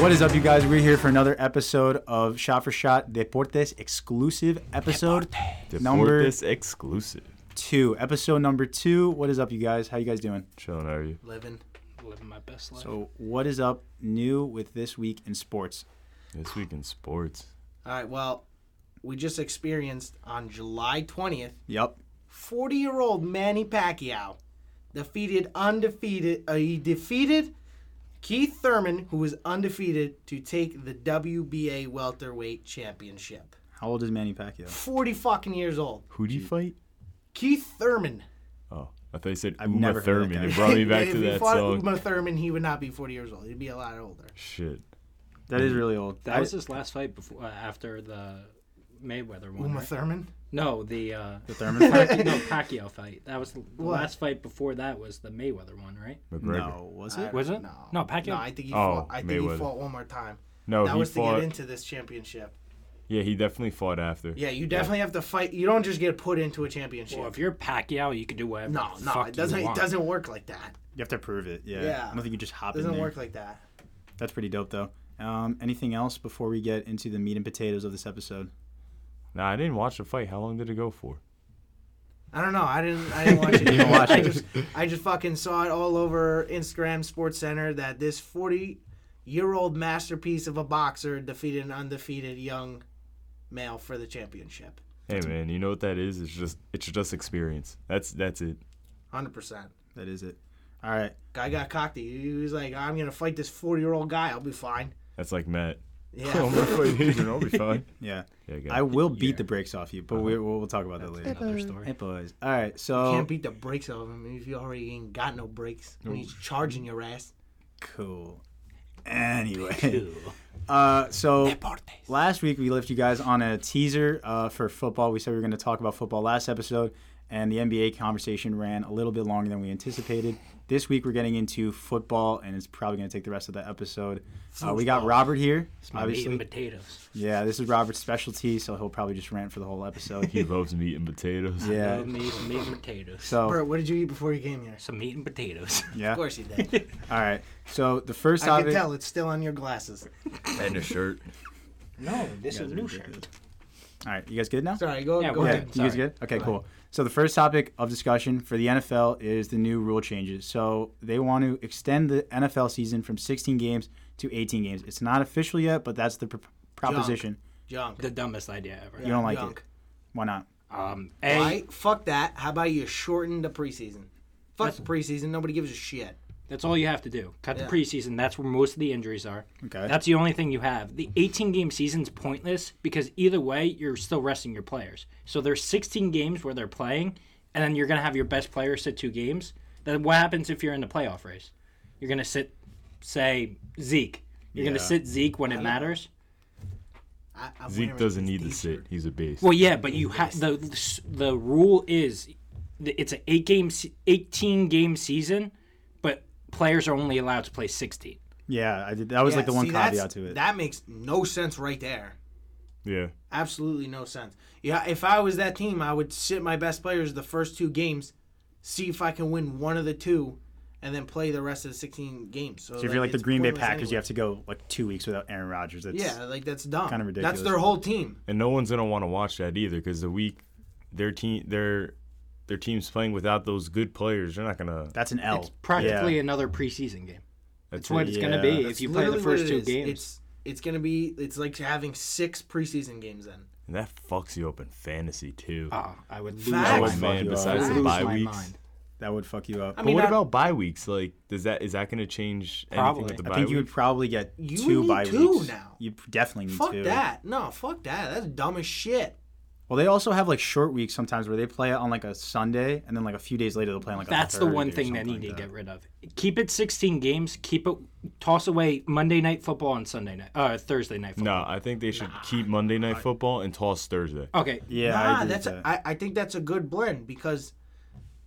What is up, you guys? We're here for another episode of Shot for Shot Deportes exclusive episode number Deportes exclusive. two. Episode number two. What is up, you guys? How you guys doing? Chilling, are you? living living my best life. So, what is up new with this week in sports? This week in sports. All right, well, we just experienced on July 20th, Yep. 40-year-old Manny Pacquiao defeated undefeated uh, he defeated Keith Thurman who was undefeated to take the WBA welterweight championship. How old is Manny Pacquiao? 40 fucking years old. Who do you fight? Keith Thurman. Oh, I thought you said I've Uma never heard of that Thurman. guy. It brought me back if to he that fought song. Uma Thurman, he would not be 40 years old. He'd be a lot older. Shit. That Mm. is really old. That I- was his last fight before uh, after the Mayweather one. Uma right? Thurman? no, the uh, the Thurman fight? Pac- no Pacquiao fight. That was the the What? last fight before that was the Mayweather one, right? McGregor. no, was I it? don't Was it? know. No, Pacquiao- No, I think he Oh, fought I think Mayweather. he fought one more time. Oh, No, that he was to fought. get into this championship. yeah, he definitely fought after. Yeah, you definitely have to fight. You don't just get put into a championship. Well, if you're Pacquiao, you can do whatever. no, the no, fuck it doesn't. You It want. doesn't work like that. You have to prove it. Yeah. Yeah. I don't think you just hop It doesn't in there. work like that. That's pretty dope, though. Um, anything else before we get into the meat and potatoes of this episode? Nah, I didn't watch the fight. How long did it go for? I don't know. I didn't. I didn't watch it. didn't watch I it. just, I just fucking saw it all over Instagram, Sports Center, that this forty-year-old masterpiece of a boxer defeated an undefeated young male for the championship. Hey man, you know what that is? It's just it's just experience. That's that's it. Hundred percent. That is it. All right. Guy got cocky. He was like, "I'm gonna fight this forty-year-old guy. I'll be fine." That's like Matt. Yeah. Oh I'm gonna fight Adrian. I'll be fine. Yeah. Yeah, I guy. will beat the brakes off you, but we, we'll, we'll talk about that later. Another story. Hey boys. All right, so Can't beat the brakes off him if you already ain't got no brakes when he's charging your ass. cool. Anyway, uh, so last week we left you guys on a teaser uh, for football. We said we were going to talk about football last episode, and the NBA conversation ran a little bit longer than we anticipated. This week we're getting into football, and it's probably going to take the rest of the episode. Uh, we got Robert here, Meat and obviously. potatoes. Yeah, this is Robert's specialty, so he'll probably just rant for the whole episode. He loves meat and potatoes. yeah. Love me some meat and potatoes. So Bert, what did you eat before you came here? some meat and potatoes. yeah. Of All course you did. right. So the first I topic. can tell it's still on your glasses. And a shirt. no, this guys is are new ridiculous. shirt. All right, you guys good now? Sorry, go, Yeah, go we're Yeah, ahead. good. you guys Sorry. good? Okay, cool. So the first topic of discussion for the NFL is the new rule changes. So they want to extend the NFL season from 16 games to 18 games. It's not official yet, but that's the pr- proposition. Junk. The dumbest idea ever. You don't like Junk. it? Why not? Um, a Why? Fuck that. How about you shorten the preseason? Fuck the preseason. Nobody gives a shit. That's all you have to do. Cut Yeah. the preseason. That's where most of the injuries are. Okay. That's the only thing you have. The 18 game season's pointless because either way, you're still resting your players. So there's 16 games where they're playing, and then you're going to have your best player sit two games. Then what happens if you're in the playoff race? You're going to sit, say, Zeke. You're going Yeah. to sit Zeke when it matters. I, I'm Zeke wearing doesn't this need to t-shirt. sit. He's a beast. Well, yeah, but you have the the rule is th- it's an eight game, se- 18 game season, but players are only allowed to play 16. Yeah, I did. That was Yeah, like the one see, that's- caveat to it. That makes no sense right there. Yeah. Absolutely no sense. Yeah, if I was that team, I would sit my best players the first two games, see if I can win one of the two, and then play the rest of the 16 games. So, so if like, you're like the it's Green Bay pointless Packers, you anyway. have to go like two weeks without Aaron Rodgers. That's, Yeah, like that's dumb. kinda ridiculous. That's their whole team. and no one's gonna want to watch that either because the week their team their their team's playing without those good players they're not gonna that's an L. It's practically Oh, yeah. another preseason game. that's That's what it. it's Yeah. going to be That's if you play the literally what first it two is. games. It's it's gonna be it's like having six preseason games then. and that fucks you up in fantasy too oh, I would lose. Facts. my oh would fuck mind. man you up. besides I the lose bye my weeks mind. that would fuck you up. I but mean, what I- about bye weeks like does that is that gonna change Probably. anything with the I bye think you would week? probably get You two need bye two weeks now. You definitely need Fuck two. that. No, fuck that. That's dumb as shit. Well, they also have like short weeks sometimes where they play on like a Sunday and then like a few days later they'll play on like. That's a the one Thursday or thing that something you need like to that. get rid of. Keep it 16 games. Keep it. Toss away Monday night football and Sunday night, uh, Thursday night football. no i think they should Ah. keep monday night football and toss thursday Okay. Yeah, I nah, agree with that's that. a, I, I think that's a good blend because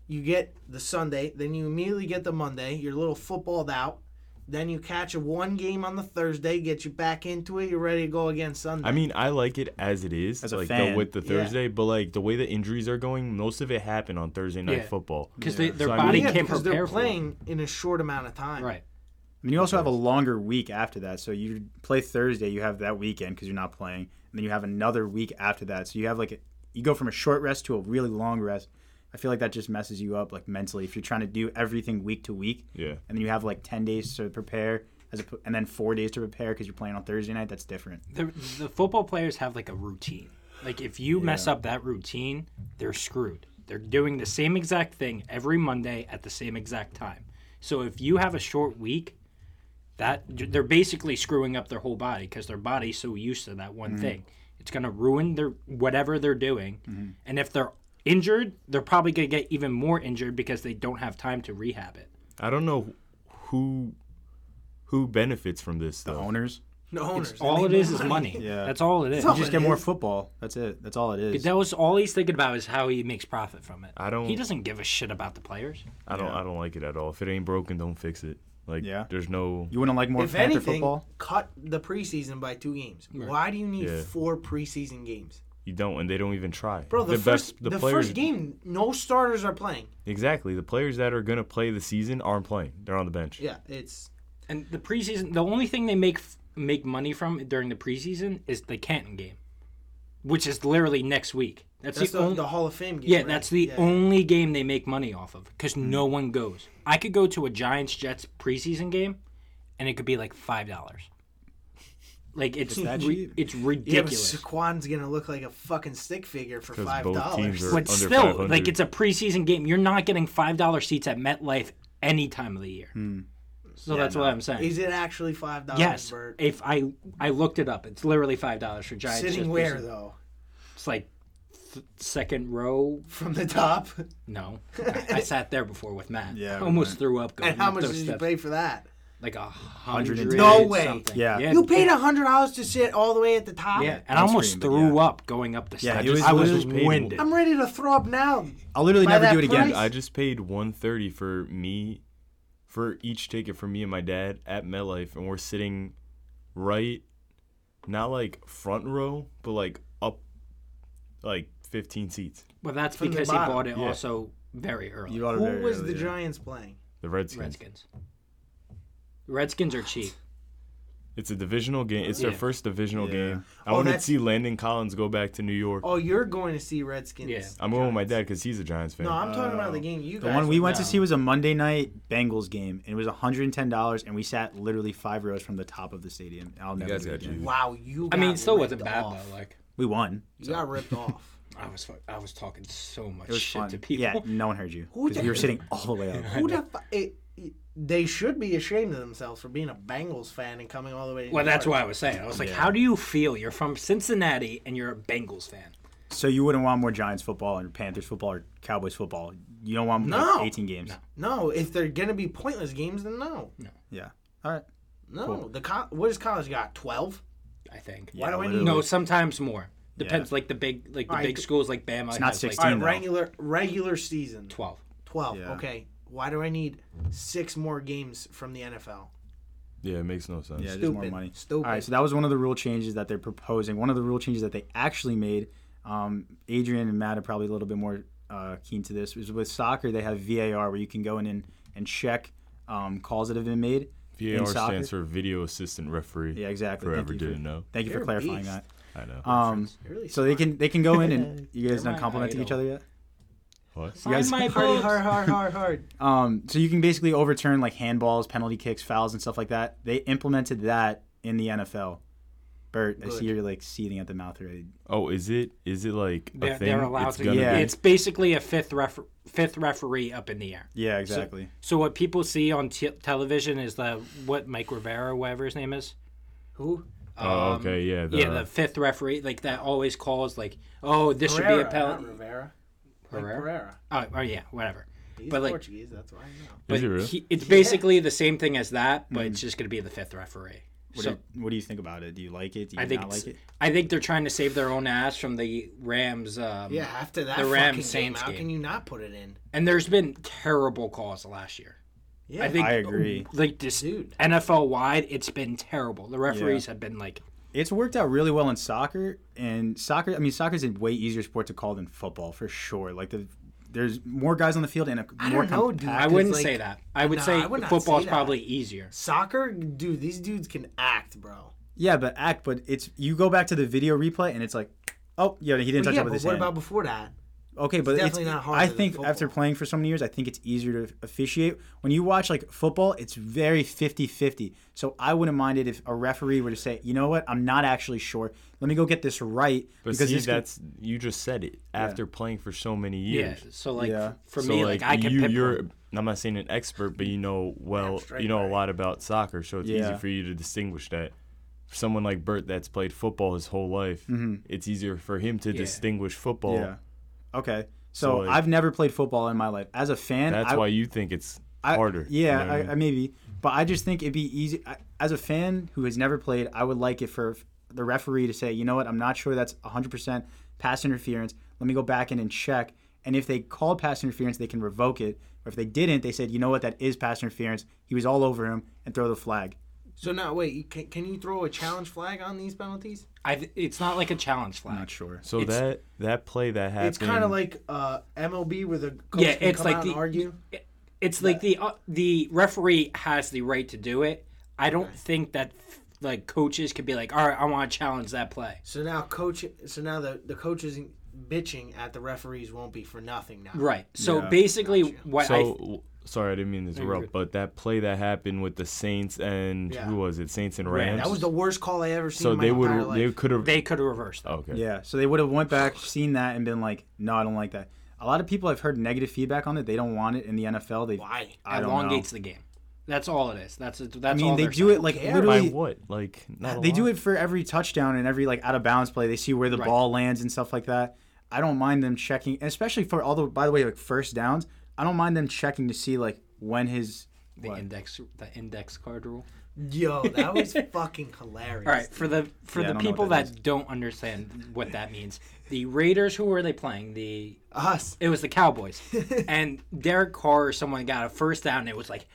you get the Sunday, then you immediately get the Monday. You're a little footballed out. Then you catch a one game on the Thursday, get you back into it. You're ready to go again Sunday. I mean, I like it as it is, As a like fan. The, with the Yeah. Thursday, but like the way the injuries are going, most of it happened on Thursday night Yeah. football. Because Yeah. their So I body mean- yeah, can't because prepare they're for it. playing in a short amount of time. I Right. And you also have a longer week after that. So you play Thursday, you have that weekend because you're not playing, and then you have another week after that. So you have like a, you go from a short rest to a really long rest. I feel like that just messes you up like mentally if you're trying to do everything week to week, Yeah. and then you have like ten days to prepare, as a, and then four days to prepare because you're playing on Thursday night. That's different. The, the football players have like a routine. Like if you mess up that routine, they're screwed. They're doing the same exact thing every Monday at the same exact time. So if you have a short week, that they're basically screwing up their whole body because their body's so used to that one thing. It's gonna ruin their whatever they're doing, and if they're injured, they're probably gonna get even more injured because they don't have time to rehab it. I don't know who who benefits from this The though. Oh, owners No owners. They All need it is more is money. Yeah. that's all it is. you just it get more is. football. That's it. That's all it is. That was all he's thinking about is how he makes profit from it. I don't- He doesn't give a shit about the players. I don't Yeah. I don't like it at all. If it ain't broken, don't fix it. Like Yeah. there's no You wouldn't like more If Panther anything, football? cut the preseason by two games. Why do you need Yeah. four preseason games? you don't and they don't even try. Bro, the, first best the, the players first game, no starters are playing. Exactly. The players that are gonna play the season aren't playing. They're on the bench. Yeah, it's And the preseason, the only thing they make f- make money from during the preseason is the Canton game, which is literally next week. That's, that's the, the, only. the Hall of Fame game. yeah, right? that's the only game they make money off of because no one goes. I could go to a Giants Jets preseason game, and it could be like five dollars. Like it's that re- cheap? it's Yeah, but ridiculous. Saquon's gonna look like a fucking stick figure for 'Cause five both teams dollars. are- But under still, 500. like it's a preseason game. You're not getting five dollar seats at MetLife any time of the year. Hmm. So that's what I'm saying. Is it actually five dollars? yes, Bert? if I I looked it up, it's literally five dollars for Giants. Sitting just where preseason. though? It's like th- second row. From the top. No, I, I sat there before with Matt. Yeah, I almost right. threw up. Going And how up much those did you steps. pay for that? Like a hundred. and ten. No way. something. Yeah. You paid a hundred dollars to sit all the way at the top. Yeah, and I almost screen, but threw up going up the Yeah, steps. it was- I it was was paid- winded. I'm ready to throw up now. I'll literally By never that do it again. price- I just paid one thirty for me for each ticket for me and my dad at MetLife and we're sitting right not like front row, but like up like fifteen seats. Well, that's From the because he bottom. bought it Yeah. also very early. You ought to Who very was early, the yeah. Giants playing? The Redskins. Redskins. Redskins are cheap. It's a divisional game. It's Yeah. their first divisional Yeah. game. I Oh, want to that's- see Landon Collins go back to New York. Oh, you're going to see Redskins. Yeah. I'm going with my dad because he's a Giants fan. No, I'm talking about the game you Oh. The guys one we went No. to see was a Monday night Bengals game, and it was $110, and we sat literally five rows from the top of the stadium. I'll never guys do it got again. you. Wow, you. I mean, it got still ripped wasn't bad off. though. Like We won. You got ripped off. I was, fu- I was talking so much It was shit fun. to people. Yeah, no one heard you. Who 'cause the- we were sitting all the way up. Who the fu- it, it- They should be ashamed of themselves for being a Bengals fan and coming all the way. To Well, New that's York. what I was saying. I was like, how do you feel? You're from Cincinnati and you're a Bengals fan. So you wouldn't want more Giants football and Panthers football or Cowboys football. You don't want like, No. 18 games. No, if they're gonna be pointless games, then no, Yeah. All right. no. The co- what does college got? Twelve. I think. Yeah, do I need- literally. No, sometimes more. Depends. Like the big, like the Alright, big g- schools, like Bama. It's not All 16. right, Like though. regular regular season. Twelve. Twelve. Yeah. Okay. Why do I need six more games from the NFL? Yeah, it makes no sense. Yeah, just more Stupid. money. Stupid. All right, so that was one of the rule changes that they're proposing. One of the rule changes that they actually made. Um, Adrian and Matt are probably a little bit more uh, keen to this. Is with soccer they have VAR where you can go in and, and check um, calls that have been made. in VAR soccer. stands for Video Assistant Referee. Yeah, exactly. For Thank ever you for- didn't know. Thank you You're for a clarifying beast. that. I know. Um, Really so they smart. can they can go in and you guys You're done my complimenting each idol. other yet? what? Sign guys- my Hard, books. hard, hard, hard, hard. Um, so you can basically overturn like handballs, penalty kicks, fouls, and stuff like that. They implemented that in the NFL. Bert, I Good. see you're like seething at the mouth already. Oh, is it? Is it like a They're, thing? they're allowed it's to. gonna Yeah. be- It's basically a fifth ref, fifth referee up in the air. Yeah, exactly. So what people see on t- television is the what Mike Rivera, whatever his name is. Who? Oh, okay. Yeah. The, um, yeah, the fifth referee, like that always calls like, oh, this should be a Pereira, not penalty. Rivera. Like Herrera? Pereira. Oh, oh, yeah, whatever. He's But, like- Portuguese. That's why I know. But Is it really? he- it's basically the same thing as that, but it's just going to be the fifth referee. What, so do you, what do you think about it? Do you like it? Do you I think not it's- like it? I think they're trying to save their own ass from the Rams. Um, Yeah, after that The fucking Rams game, Saints how game. can you not put it in? and there's been terrible calls last year. Yeah, I think I agree. oh, Like this Dude. NFL wide, it's been terrible. The referees have been like, It's worked out really well in soccer, and soccer. I mean, soccer's a way easier sport to call than football for sure. Like the there's more guys on the field and a I more don't know, dude. compact- I It's wouldn't like- say that. I would Nah, say I would not football's say that. probably easier. Soccer, dude, these dudes can act, bro. Yeah, but act. But it's you go back to the video replay and it's like, oh yeah, he didn't But touch yeah, it with but his what hand. about before that? okay, but it's, definitely not harder I than think after football. playing for so many years, I think it's easier to officiate. When you watch like football, it's very 50-50. So I wouldn't mind it if a referee were to say, you know what, I'm not actually sure. Let me go get this right But because see, this could- that's you just said it. After playing for so many years, Yeah. So like Yeah. for so me, like, like, I can you, pick you're. I'm not saying an expert, but you know well, Abstract, you know right. a lot about soccer, so it's Yeah. easy for you to distinguish that. For someone like Bert that's played football his whole life, it's easier for him to distinguish football. Mm-hmm. yeah. Okay. So, So, like- I've never played football in my life. As a fan, That's I, why you think it's I- harder. you Yeah, know what I mean? I, I maybe, but I just think it'd be easy. I, as a fan who has never played, I would like it for f- the referee to say, you know what, I'm not sure that's 100% pass interference. Let me go back in and check. And if they called pass interference, they can revoke it. Or if they didn't, they said, you know what, that is pass interference. He was all over him and throw the flag. So now, wait, you- can, can you throw a challenge flag on these penalties? I th- it's not like a challenge flag. Not sure. so it's- that that play that happened, It's kind of like uh, MLB where the coach Yeah, can it's come like out the- and argue. It's like the uh, the referee has the right to do it. I don't think that like coaches could be like, all right, I want to challenge that play. So now, coach. So now the the coaches bitching at the referees won't be for nothing now. Right. So Yeah. basically, Gotcha. what I So w sorry, I didn't mean to you're interrupt, but that play that happened with the Saints and Yeah. who was it? Saints and Rams. Rams. That was the worst call I ever seen. so in my they would entire life. they could have they could have reversed Oh, that. okay Yeah, so they would have went back, seen that, and been like, no, I don't like that. A lot of people I've heard negative feedback on it. They don't want it in the NFL. They, Why? I don't know. elongates the game. That's all it is. That's that's I mean, all they they're do saying. it like cares? by literally what like not a They do lot. it for every touchdown and every like out of bounds play. They see where the Right. ball lands and stuff like that. I don't mind them checking, and especially for all the by the way like first downs. I don't mind them checking to see like when his the what? index the index card rule. Yo, that was fucking hilarious. All right, for the for Yeah, I the don't know people what that that, don't understand what that means, the Raiders who were they playing? The Us. it was the Cowboys, and Derek Carr or someone got a first down. And it was like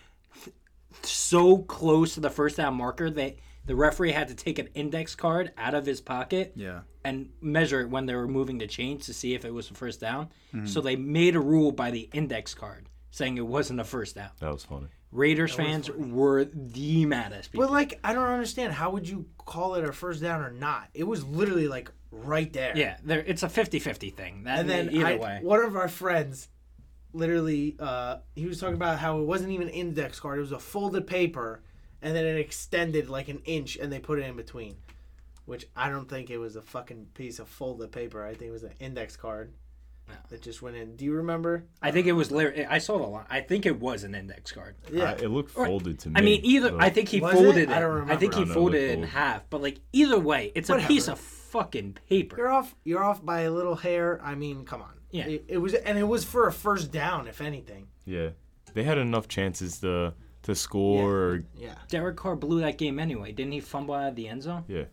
so close to the first down marker that the referee had to take an index card out of his pocket yeah and measure it when they were moving the chains to see if it was a first down. Mm-hmm. So they made a rule by the index card saying it wasn't a first down. that was funny Raiders fans were the maddest people. But like, I don't understand. How would you call it a first down or not? It was literally like right there. yeah, there it's a 50-50 thing. That And then either I, way. one of our friends, literally, uh, he was talking about how it wasn't even an index card. It was a folded paper, and then it extended like an inch, and they put it in between. Which I don't think it was a fucking piece of folded paper. I think it was an index card that just went in. Do you remember? I think it was lar- I saw the line. I think it was an index card. Yeah. Uh, it looked folded to me I mean, either so- I think he Was it? folded it. I don't I remember. think he I don't know, folded they it in fold. half, but like either way, it's a piece of Whatever. fucking paper. You're off. You're off by a little hair. I mean, come on. Yeah. It, it was, and it was for a first down, if anything. yeah they had enough chances to to score Yeah. Derek Carr blew that game anyway. Didn't he fumble out of the end zone? yeah. yeah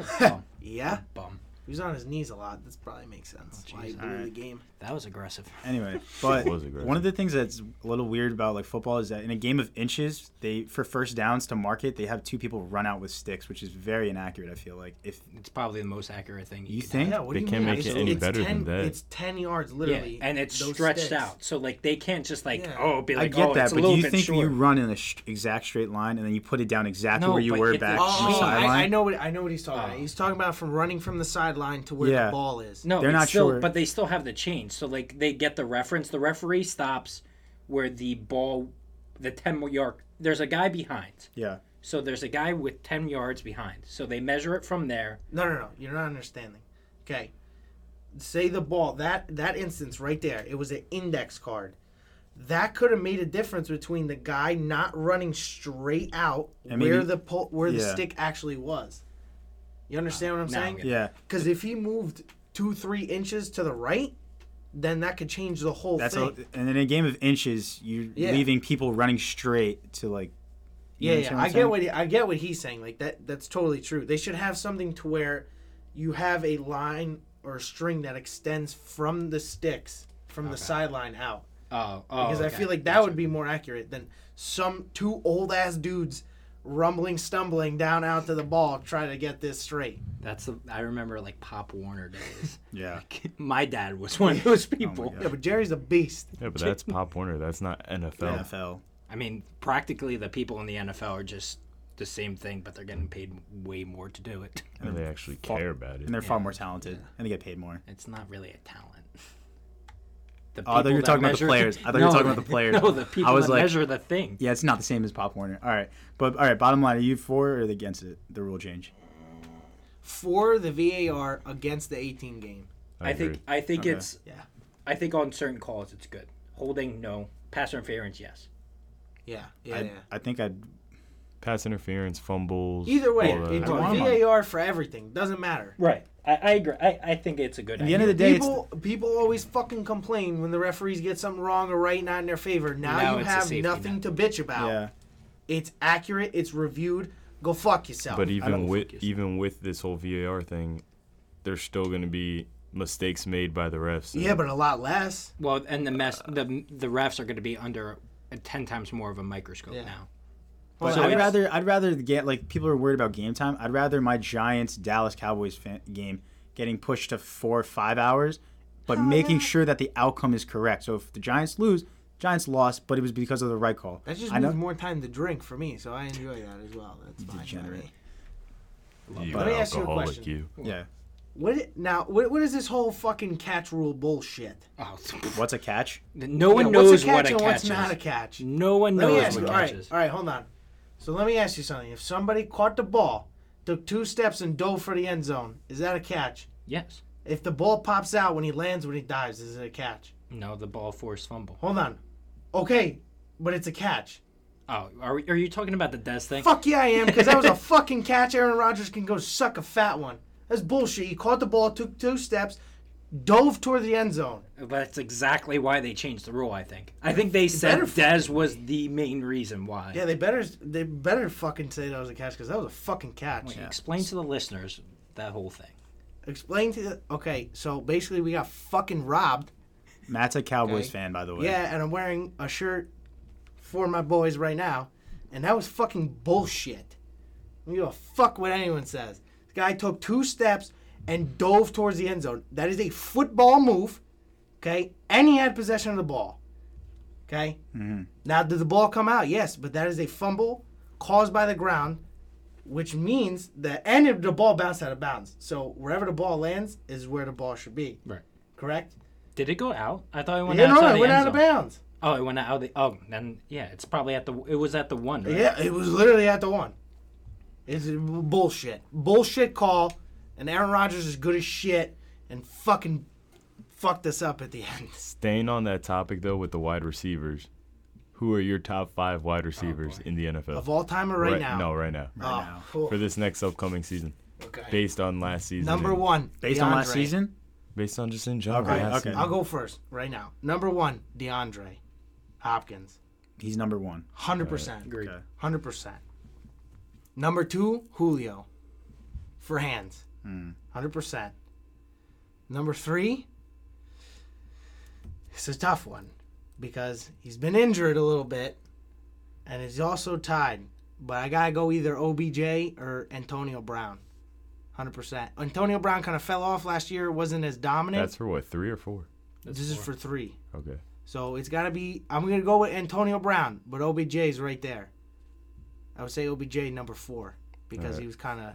a bum. Yeah. bum. He was on his knees a lot. This probably makes sense. Oh, Why he blew the game? That was aggressive. anyway but was aggressive. one of the things that's a little weird about like football is that in a game of inches they for first downs to market they have two people run out with sticks which is very inaccurate i feel like if It's probably the most accurate thing. you could think Yeah. What They do you can't mean? make it It's- any it's better than 10 that. It's ten yards, do. literally. Yeah, and it's those stretched sticks. out, so like they can't just like Yeah. oh be I like get oh that, it's a but little do you bit think short. you run in a sh- exact straight line and then you put it down exactly No, where you but were if back the- on Oh, the Oh, sideline? I, I know what I know what he's talking about. Oh. He's talking about from running from the sideline to where Yeah. the ball is. No, They're it's not still, sure. but they still have the change. So like they get the reference. The referee stops where the ball, the ten yard. There's a guy behind. Yeah. So there's a guy with ten yards behind. So they measure it from there. No, no, no. You're not understanding. Okay. Say the ball that that instance right there. It was an index card. That could have made a difference between the guy not running straight out And where maybe- the pole, where the yeah. stick actually was. You understand what I'm now I'm saying? getting Yeah. Because if he moved two, three inches to the right, then that could change the whole That's thing. a, and in a game of inches, you're Yeah. leaving people running straight to like. you yeah, understand what yeah. I'm I saying? get what he, I get what he's saying. Like that, that's totally true. They should have something to where you have a line or a string that extends from the sticks from the sideline out. Oh, oh. Because I okay. feel like that would be more accurate than some two old ass dudes rumbling, stumbling down out to the ball, trying to get this straight. That's the I remember like Pop Warner days. Yeah. my dad was one of those people. Oh God. Yeah, but Jerry's a beast. Yeah, but that's Pop Warner. That's not NFL. NFL. I mean, practically the people in the NFL are just the same thing, but they're getting paid way more to do it. And they actually care about it. And they're far more talented, and they get paid more. It's not really a talent. The Oh, I thought you people were that talking about the measure- players. I thought you were talking about the players. No, the people I was that like- measure the thing. Yeah, it's not the same as Pop Warner. All right, but all right. Bottom line, are you for or against it? The rule change. For the VAR against the 18 game. I, think agree. I think Okay. it's Yeah. I think on certain calls it's good. Holding no, pass interference yes. Yeah. Yeah. I, yeah. I think I'd. pass interference, fumbles. Either way, all that. it's don't want 'em. VAR for everything. Doesn't matter. Right. I, I agree. I, I think it's a good. At the end of the day, it's People, people always fucking complain when the referees get something wrong or right not in their favor. Now, Now you it's a have safety nothing to bitch about. yeah. It's accurate. It's reviewed. Go fuck yourself. But don't even with focus. even with this whole VAR thing, there's still going to be mistakes made by the refs. and yeah, but a lot less. well, and the mess the the refs are going to be under a ten times more of a microscope Yeah. now. But So I'd it's- rather I'd rather get like people are worried about game time. I'd rather my Giants Dallas Cowboys fan, game getting pushed to four or five hours, but making sure that the outcome is correct. So if the Giants lose, Giants lost, but it was because of the right call. That just I know. means more time to drink for me, so I enjoy that as well. That's fine. by Degenerate. me. You Let me ask you a alcoholic question. you. Yeah. What it- now? What, what is this whole fucking catch rule bullshit? Oh, What's a catch? no one Yeah, knows what's a catch what a and catch what's is. not a catch. No one Let me knows ask what you. a All catch right, is. all right, hold on. So let me ask you something. If somebody caught the ball, took two steps and dove for the end zone, is that a catch? Yes. If the ball pops out when he lands, when he dives, is it a catch? No, the ball forced fumble. Hold on. Okay, but it's a catch. Oh, are we, are you talking about the Des thing? Fuck yeah, I am, because that was a fucking catch. Aaron Rodgers can go suck a fat one. That's bullshit. He caught the ball, took two steps, dove toward the end zone. That's exactly why they changed the rule. I think. I think they said better Des was the main reason why. Yeah, they better they better fucking say that was a catch because that was a fucking catch. Explain to the listeners that whole thing. Explain to the okay. So basically, we got fucking robbed. Matt's a Cowboys Okay. fan, by the way. Yeah, and I'm wearing a shirt for my boys right now, and that was fucking bullshit. I don't give a fuck what anyone says. The guy took two steps and dove towards the end zone. That is a football move, okay? And he had possession of the ball, okay? Mm-hmm. Now, did the ball come out? Yes, but that is a fumble caused by the ground, which means the end of the ball bounced out of bounds. So wherever the ball lands is where the ball should be, Right. correct? Did it go out? I thought it went Yeah, out. no, it the went out end of zone. bounds. Oh, it went out. The, oh, then yeah, it's probably at the. It was at the one. Right? Yeah, it was literally at the one. It's bullshit. Bullshit call, and Aaron Rodgers is good as shit and fucking fucked us up at the end. Staying on that topic though, with the wide receivers, who are your top five wide receivers in the NFL? Oh, Of all time or right, now? No, right now. Oh, now. cool. For this next upcoming season, Okay. based on last season. Number and- one. Based on last DeAndre. season, Based on just in general. Okay, last okay. season. I'll go first right now. Number one, DeAndre Hopkins. he's number one. 100%. Agreed. Okay. 100%. Number two, Julio for hands. Hmm. 100%. Number three, it's a tough one because he's been injured a little bit and he's also tied. But I got to go either OBJ or Antonio Brown. 100%. Antonio Brown kind of fell off last year, wasn't as dominant. That's for what three or four? this is for three. Okay. So it's got to be. I'm going to go with Antonio Brown, but OBJ's right there. I would say OBJ number four because Alright. he was kind of.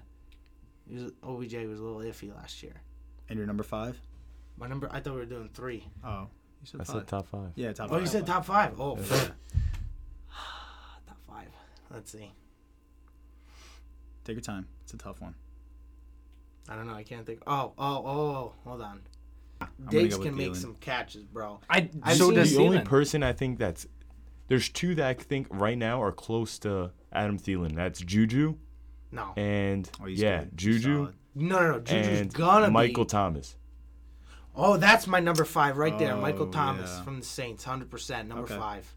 He was, OBJ was a little iffy last year. And you're number five. My number. I thought we were doing three. Oh, you said I said top five. Yeah, top Oh, five. you said top five. Oh, fuck. top five. Let's see. Take your time. It's a tough one. I don't know. I can't think. Oh, oh, oh. Hold on. gonna Diggs go with can make Thielen. some catches, bro. I. I've so seen does the only Thielen. person I think that's there's two that I think right now are close to Adam Thielen. That's Juju No. and Oh, he's yeah, good. Juju Solid. No, no, no. Juju's and gonna Michael be. Thomas. Oh, that's my number five right there. Michael Oh, Thomas yeah. from the Saints, hundred percent. Number Okay. five.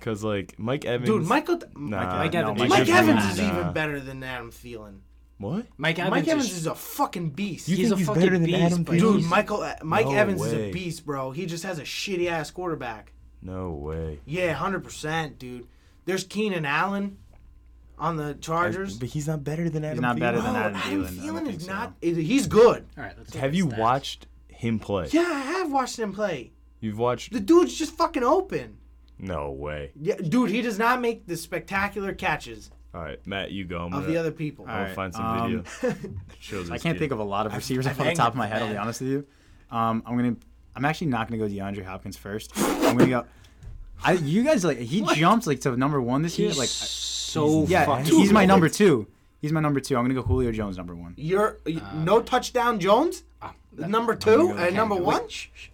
Cause like Mike Evans, Dude, Michael. Th- nah, Mike Evans. no, Mike Mike Evans Evans is is nah. even better than Adam Thielen. What? Mike Evans, Mike Evans is, is a fucking beast. You he's think a he's fucking better than beast, Adam but Thielen? he's- Dude, Michael uh, Mike No Evans is a way. beast, bro. He just has a shitty ass quarterback. No way. Yeah, hundred percent, dude. There's Keenan Allen. on the Chargers. But he's not better than Adam. not Thielen. better No, than Adam Adam Thielen, I don't Thielen think is so. not. is- He's good. All right, let's look Have at you stats. watched him play? Yeah, I have watched him play. You've watched? The dude's just fucking open. No way. Yeah, dude, he does not make the spectacular catches All right, Matt, you go. I'm of gonna, the other people. I'll All right, find some um, video. that shows I can't think of a lot of receivers off the hanged top of with my head. I'll be that. honest with you. Um, I'm gonna. I'm actually not gonna go DeAndre Hopkins first. I'm gonna go. I, you guys like he jumped like to number one this year. He's Like so yeah, fucking. he's my good. number two. He's my number two. I'm gonna go Julio Jones number one. You're no touchdown, Jones. number two go and number Wait, one. shh, shh.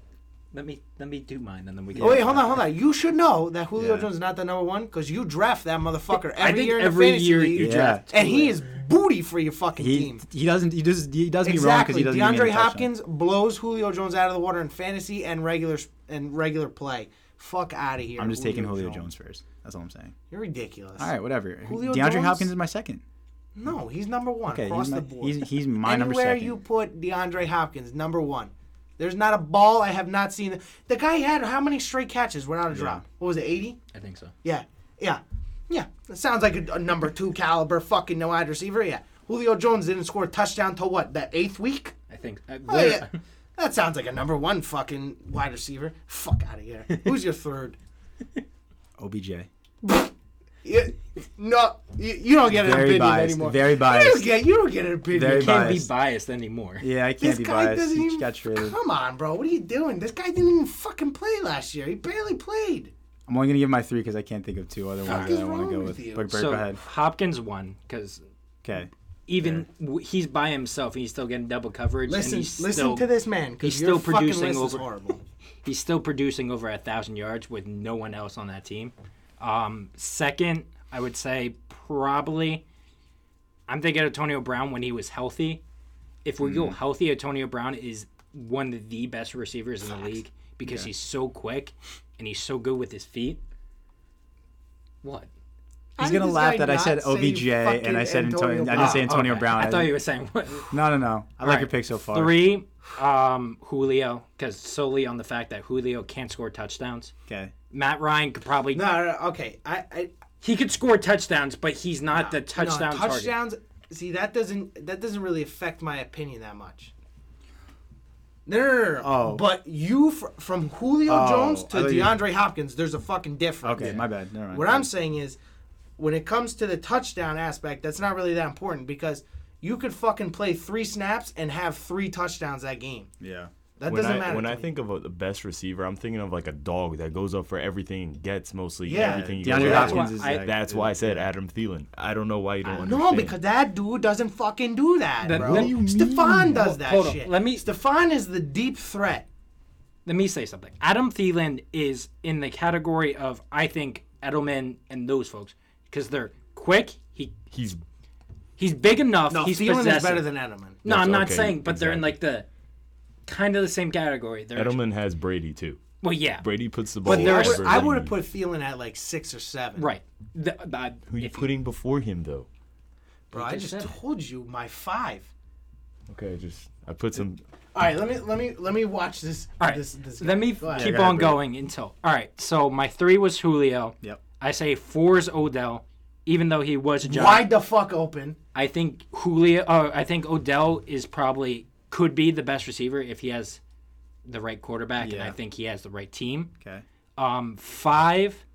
Let me let me do mine, and then we can. Oh, wait, hold on, hold on. You should know that Julio Yeah. Jones is not the number one because you draft that motherfucker every I think year in every the fantasy year league, you Yeah. draft, and he is booty for your fucking He team. he doesn't he does he does me wrong because Exactly. he doesn't. give me DeAndre any touchdown. Hopkins blows Julio Jones out of the water in fantasy and regular and regular play. Fuck out of here. I'm just taking Julio Jones. first. That's all I'm saying. You're ridiculous. All right, whatever. Julio DeAndre Jones? Hopkins is my second. No, he's number one Okay, across he's my, the board. he's, he's my number Anywhere second. you put DeAndre Hopkins, number one. There's not a ball I have not seen. The guy had how many straight catches without a drop? What was it, 80? I think so. Yeah, yeah, yeah. That sounds like a, a number two caliber fucking no wide receiver. Yeah, Julio Jones didn't score a touchdown till what? That eighth week? I think. uh, I, Oh, yeah. That sounds like a number one fucking wide receiver. Fuck out of here. Who's your third? OBJ. You, no, you, you don't get an Very opinion biased. anymore. Very You don't biased. get, you don't get an opinion. Very Can't be biased. biased anymore. Yeah, I This can't be guy biased. doesn't He even. got traded. Come on, bro. What are you doing? This guy didn't even fucking play last year. He barely played. I'm only gonna give my three because I can't think of two other ones is that I want wrong to go with with. you? But Bert, So go ahead. Hopkins won because Okay. even w- he's by himself and he's still getting double coverage. Listen, and he's listen still, to this man. 'cause he's your still fucking producing list is over- horrible. He's still producing over a thousand yards with no one else on that team. Um, second, I would say probably. I'm thinking Antonio Brown when he was healthy. If we Mm-hmm. go healthy, Antonio Brown is one of the best receivers in the league because he's so quick and he's so good with his feet. What? How He's did gonna this laugh guy that I not said say OBJ and I fucking said Antonio. I didn't say Oh, Antonio okay. Brown. I thought you were saying what? No, no, no. I like your Alright. pick so far. Three, um, Julio, because solely on the fact that Julio can't score touchdowns. Okay. Matt Ryan could probably No, no, no, okay. I, I he could score touchdowns, but he's not the no, touchdown target. touchdowns. See, that doesn't that doesn't really affect my opinion that much. No, no, no, no, no. Oh. But you fr- from Julio Oh, Jones to I thought you- DeAndre Hopkins, there's a fucking difference. Okay. My bad. Never mind. What I'm saying is, when it comes to the touchdown aspect, that's not really that important because you could fucking play three snaps and have three touchdowns that game. Yeah. That when doesn't I, matter. When to I me. think of a, the best receiver, I'm thinking of like a dog that goes up for everything and gets mostly Yeah, everything. you DeAndre go That's Hopkins why is. I- like- That's why I said Adam Thielen. I don't know why you don't No, understand. because that dude doesn't fucking do that, That- bro. What do you Stefan does Hold- that hold on, shit. let me- Stefan is the deep threat. Let me say something. Adam Thielen is in the category of I think Edelman and those folks because they're quick. He he's he's big enough. No, he's Thielen possessive. is better than Edelman. No, Yes, I'm not okay, saying, but they're in like exactly. the kind of the same category. They're Edelman has Brady too. well, yeah, Brady puts the ball. there I is- over would, I Brady. would have put Thielen at like six or seven. right. The, the, Who you putting before him though? bro. I You just said it. told you my five. Okay, just I put some. All right, let me let me let me watch this. All right. this, this Let me Go ahead. keep go ahead, on Brady. going until. All right. So my three was Julio. Yep. I say four is Odell, even though he was a giant. wide the fuck open. I think Julio. Uh, I think Odell is probably could be the best receiver if he has the right quarterback, and I Yeah. think he has the right team. Okay. Um, five.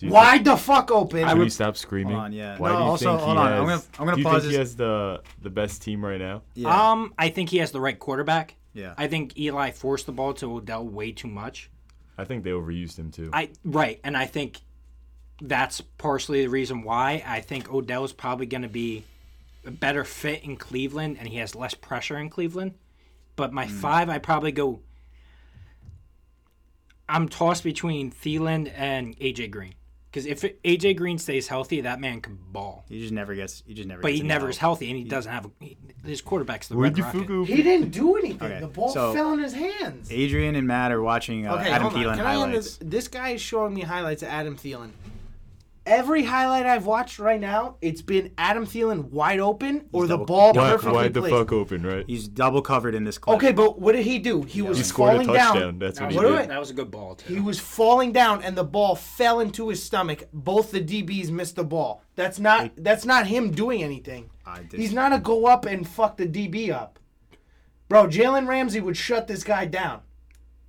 you Wide the fuck open. Can you stop screaming? Hold on, yeah. Why No, do you also, think he hold on, I'm gonna- has- I'm gonna do you pause think this- He has the the best team right now. Yeah. Um, I think he has the right quarterback. Yeah. I think Eli forced the ball to Odell way too much. I think they overused him too. I right, and I think that's partially the reason why I think Odell's probably going to be a better fit in Cleveland, and he has less pressure in Cleveland. But my five, I probably go. I'm tossed between Thielen and AJ Green because if AJ Green stays healthy, that man can ball. He just never gets. He just never. But gets he any never help. is healthy, and he doesn't have he, his quarterback's the Where'd Red you Rocket. fugu? he didn't do anything. Okay, the ball so- fell in his hands. Adrian and Matt are watching uh, okay, Adam hold Thielen on. Can I end highlights. this? This guy is showing me highlights of Adam Thielen. Every highlight I've watched right now, it's been Adam Thielen wide open or the double- ball Wide, perfectly wide the placed. fuck open, right? He's double covered in this clip. Okay, but what did he do? He was He scored a falling touchdown. down. That's That what was, he What a do did. I- good, that was a good ball too. He was falling down and the ball fell into his stomach. Both the DBs missed the ball. That's not that's not him doing anything. I dis- He's not a go up and fuck the DB up. Bro, Jalen Ramsey would shut this guy down.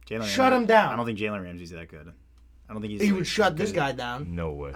Jalen Shut Ramsey- him down. I don't think Jalen Ramsey's that good. I don't think he's. He like, would shut good. this guy down. No way.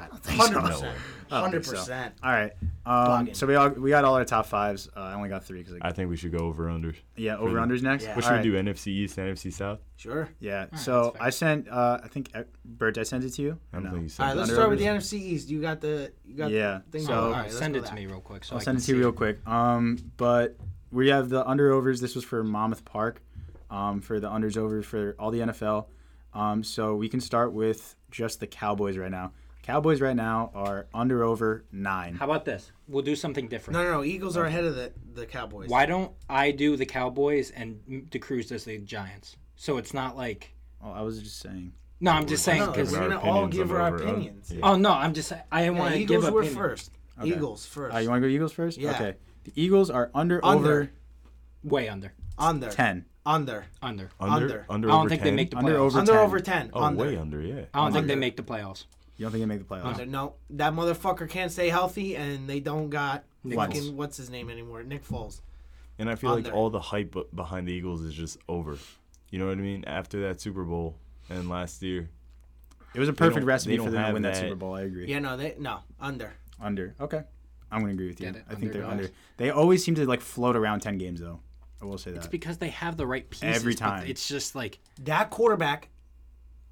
so. Hundred percent. I don't Hundred think so. percent. All right. Um, so we all we got all our top fives. Uh, I only got three because I think we should go over unders. yeah, over unders next. Yeah. What All should right. we do? NFC East, NFC South? Sure. Yeah. so that's fair. I sent. Uh, I think uh, Bert, I sent it to you. I don't No. think you said All right, let's that. start with the NFC East. You got the you got Yeah, the thing. so- all right, Alright, let's Send go it that. to me real quick. So I'll I send can it to you see real quick. Um, but we have the under overs. This was for Monmouth Park, um, for the unders over for all the NFL. Um, so we can start with just the Cowboys right now. Cowboys right now are under over nine. How about this? We'll do something different. No, no, no. Eagles are ahead of the the Cowboys. Why don't I do the Cowboys and DeCruz does the Giants? So it's not like. Oh, I was just saying. No, I'm just saying No, we're because. Our gonna all opinions give of our over- opinions. Yeah. Oh no, I'm just. I Yeah, want to give Eagles up. were first. Eagles first. Uh, you want to go Eagles first? Yeah. Okay. The Eagles are under, Under. over Way under. under. ten. Under. Under. Under, Under. under I don't over think 10? they make the playoffs. Under over. Under 10. over ten. Oh, under. way under, yeah. I don't think they Under. make the playoffs. You don't think they make the playoffs? Under. No, that motherfucker can't stay healthy, and they don't got Nick fucking Foles. what's his name anymore? Nick Foles. And I feel Under. like all the hype b- behind the Eagles is just over. You know what I mean? After that Super Bowl and last year, It was a don't- perfect recipe they for don't them to have win that, that. Super Bowl. I agree. Yeah, no, they no under. Under. Okay. I'm gonna agree with you. Get it, I think they're underdogs. under. They always seem to like float around ten games though. I will say that. It's because they have the right pieces. Every but time. It's just like That quarterback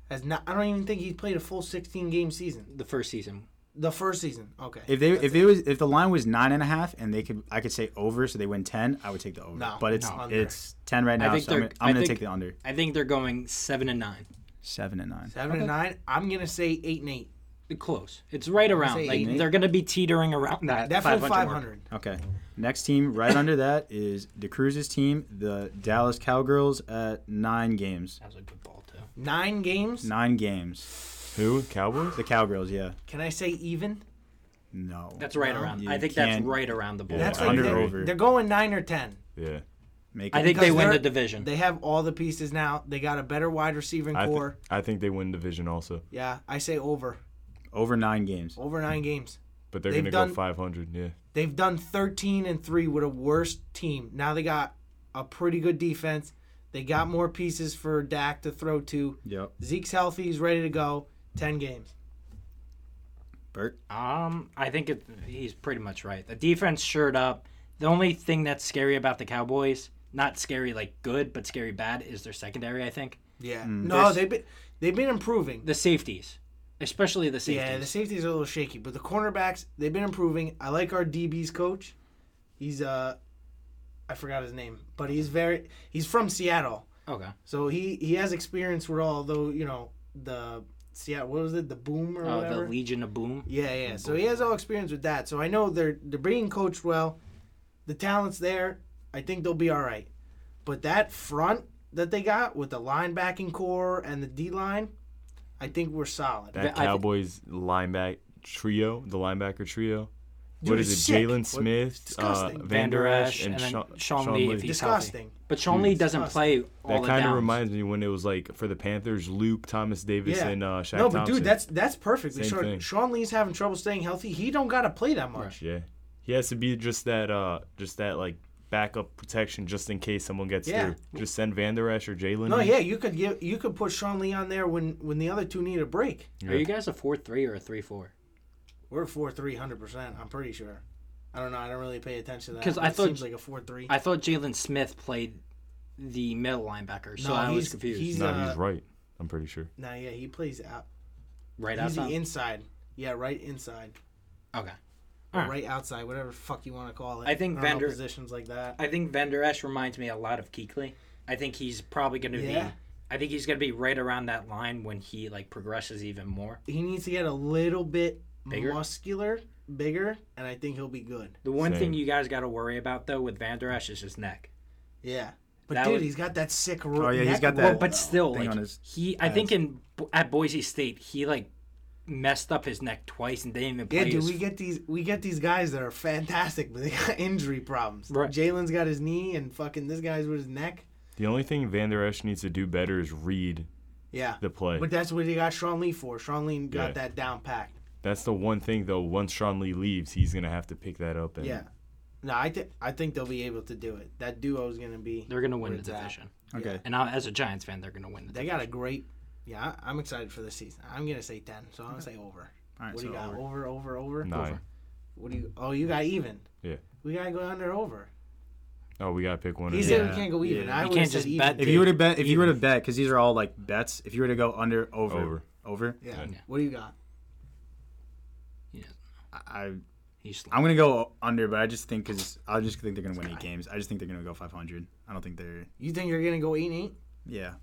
has not. I don't even think he played a full sixteen game season. the first season. The first season. Okay. If they if it was if the line was nine and a half and they could I could say over so they win ten I would take the over No, but it's no. Under. it's ten right now think so I'm they're- gonna, I'm I gonna think- take the under I think they're going seven and nine. seven and nine Seven and nine. I'm gonna say eight and eight. Close. It's right around. say Like eight and eight. they're going to be teetering around that. Definitely 500 five mark. hundred. okay next team right under that is DeCruz's team the Dallas Cowgirls at nine games That was a good ball too. Nine games. nine games who? Cowboys? the Cowgirls yeah Can I say even? no That's right No, around. you I think that's can't- right around the ball. Yeah, That's I like under they're, over. they're going nine or ten. Yeah. make it I think Because they win they're- the division. They have all the pieces now. They got a better wide receiving I, thi- core. I think they win division also, yeah, I say over. over nine games Over nine games. but they're They've going to done- go 500. Yeah. They've done 13 and 3 with a worse team. Now they got a pretty good defense. They got more pieces for Dak to throw to. yep Zeke's healthy. He's ready to go. 10 games. Bert Um, I think it, he's pretty much right. The defense shored up. The only thing that's scary about the Cowboys, not scary like good, but scary bad, is their secondary. I think Yeah. No, This- they've been, they've been improving. the safeties, especially the safeties. Yeah, the safeties are a little shaky, but the cornerbacks, they've been improving. I like our DB's coach. He's, uh, I forgot his name, but he's very, he's from Seattle. okay, So he he has experience with all though you know the Seattle what was it the boom or uh, the whatever. Legion of Boom. yeah, yeah. So he has all experience with that. So I know they're they're being coached well. The talent's there. I think they'll be all right. But that front that they got with the linebacking core and the D line, I think we're solid. That I thi- Cowboys lineback trio, the linebacker trio. Dude, what is it's it? sick. Jalen Smith, uh, disgusting. Van Der Esch, and, and then Sha- Sean Sean, Lee, if Lee. he's- Disgusting. But Sean Lee doesn't disgusting. play all That the kind of downs. reminds me when it was like for the Panthers, Luke Thomas Davis Yeah. and uh, Shaq no, but Thompson. dude, that's that's perfectly Same sure. thing. Sean Lee's having trouble staying healthy. He don't gotta play that much. yeah. He has to be just that, uh, just that like backup protection, just in case someone gets Yeah. through. Just send Van Der Esch or Jalen. No, in. yeah, you could give you could put Sean Lee on there when when the other two need a break. Are you guys a four three or a three four? We're four three hundred percent. I'm pretty sure. I don't know. I don't really pay attention to that. 'Cause but I it thought- seems like a four three. I thought Jalen Smith played the middle linebacker, so No, I was he's- confused. he's- No, uh, he's right. I'm pretty sure. Nah, yeah, he plays out. right He's the outside. inside. Yeah, right inside, okay. or Alright. right outside, whatever the fuck you want to call it. I think don't know Vander- positions like that. I think Van Der Esch reminds me a lot of Keekly. I think he's probably going to Yeah. be. I think he's going to be right around that line when he like progresses even more. He needs to get a little bit Bigger? muscular, bigger, and I think he'll be good. The one thing Same. you guys got to worry about though with Van Der Esch is his neck. Yeah, but That dude, would- he's got that sick. Ro- Oh, yeah, he's neck got that- roll, Oh, But though. still, thing like on his he, I think in at Boise State he like messed up his neck twice and didn't even play. Yeah, dude, his- we get these we get these guys that are fantastic, but they got injury problems. Right. Jalen's got his knee, and fucking this guy's with his neck. The only thing Van Der Esch needs to do better is read Yeah, the play. but that's what he got Sean Lee for. Sean Lee got Yeah. that down packed. That's the one thing though. Once Sean Lee leaves, he's gonna have to pick that up. And Yeah, no, I think I think they'll be able to do it. That duo is gonna be. they're gonna win the Where's that? division. Okay. And I, as a Giants fan, they're gonna win the They division. got a great. Yeah, I- I'm excited for this season. I'm gonna say ten, so I'm gonna say over. All right. what so do you got? over. Over, over, over. nine. What do you? Oh, you got even. Yeah. We gotta go under over. Oh, we gotta pick one. He of said them. we can't go even. Yeah. I You would can't said just even. bet If Dude, you were to bet, if you were to even. bet, because these are all like bets. If you were to go under, over, Over. over, Yeah. Yeah. What do you got? I He's- I'm gonna go under, but I just think because I just think they're gonna win eight games. I just think they're gonna go 500. I don't think they're. You think you're gonna go eight and eight? Yeah.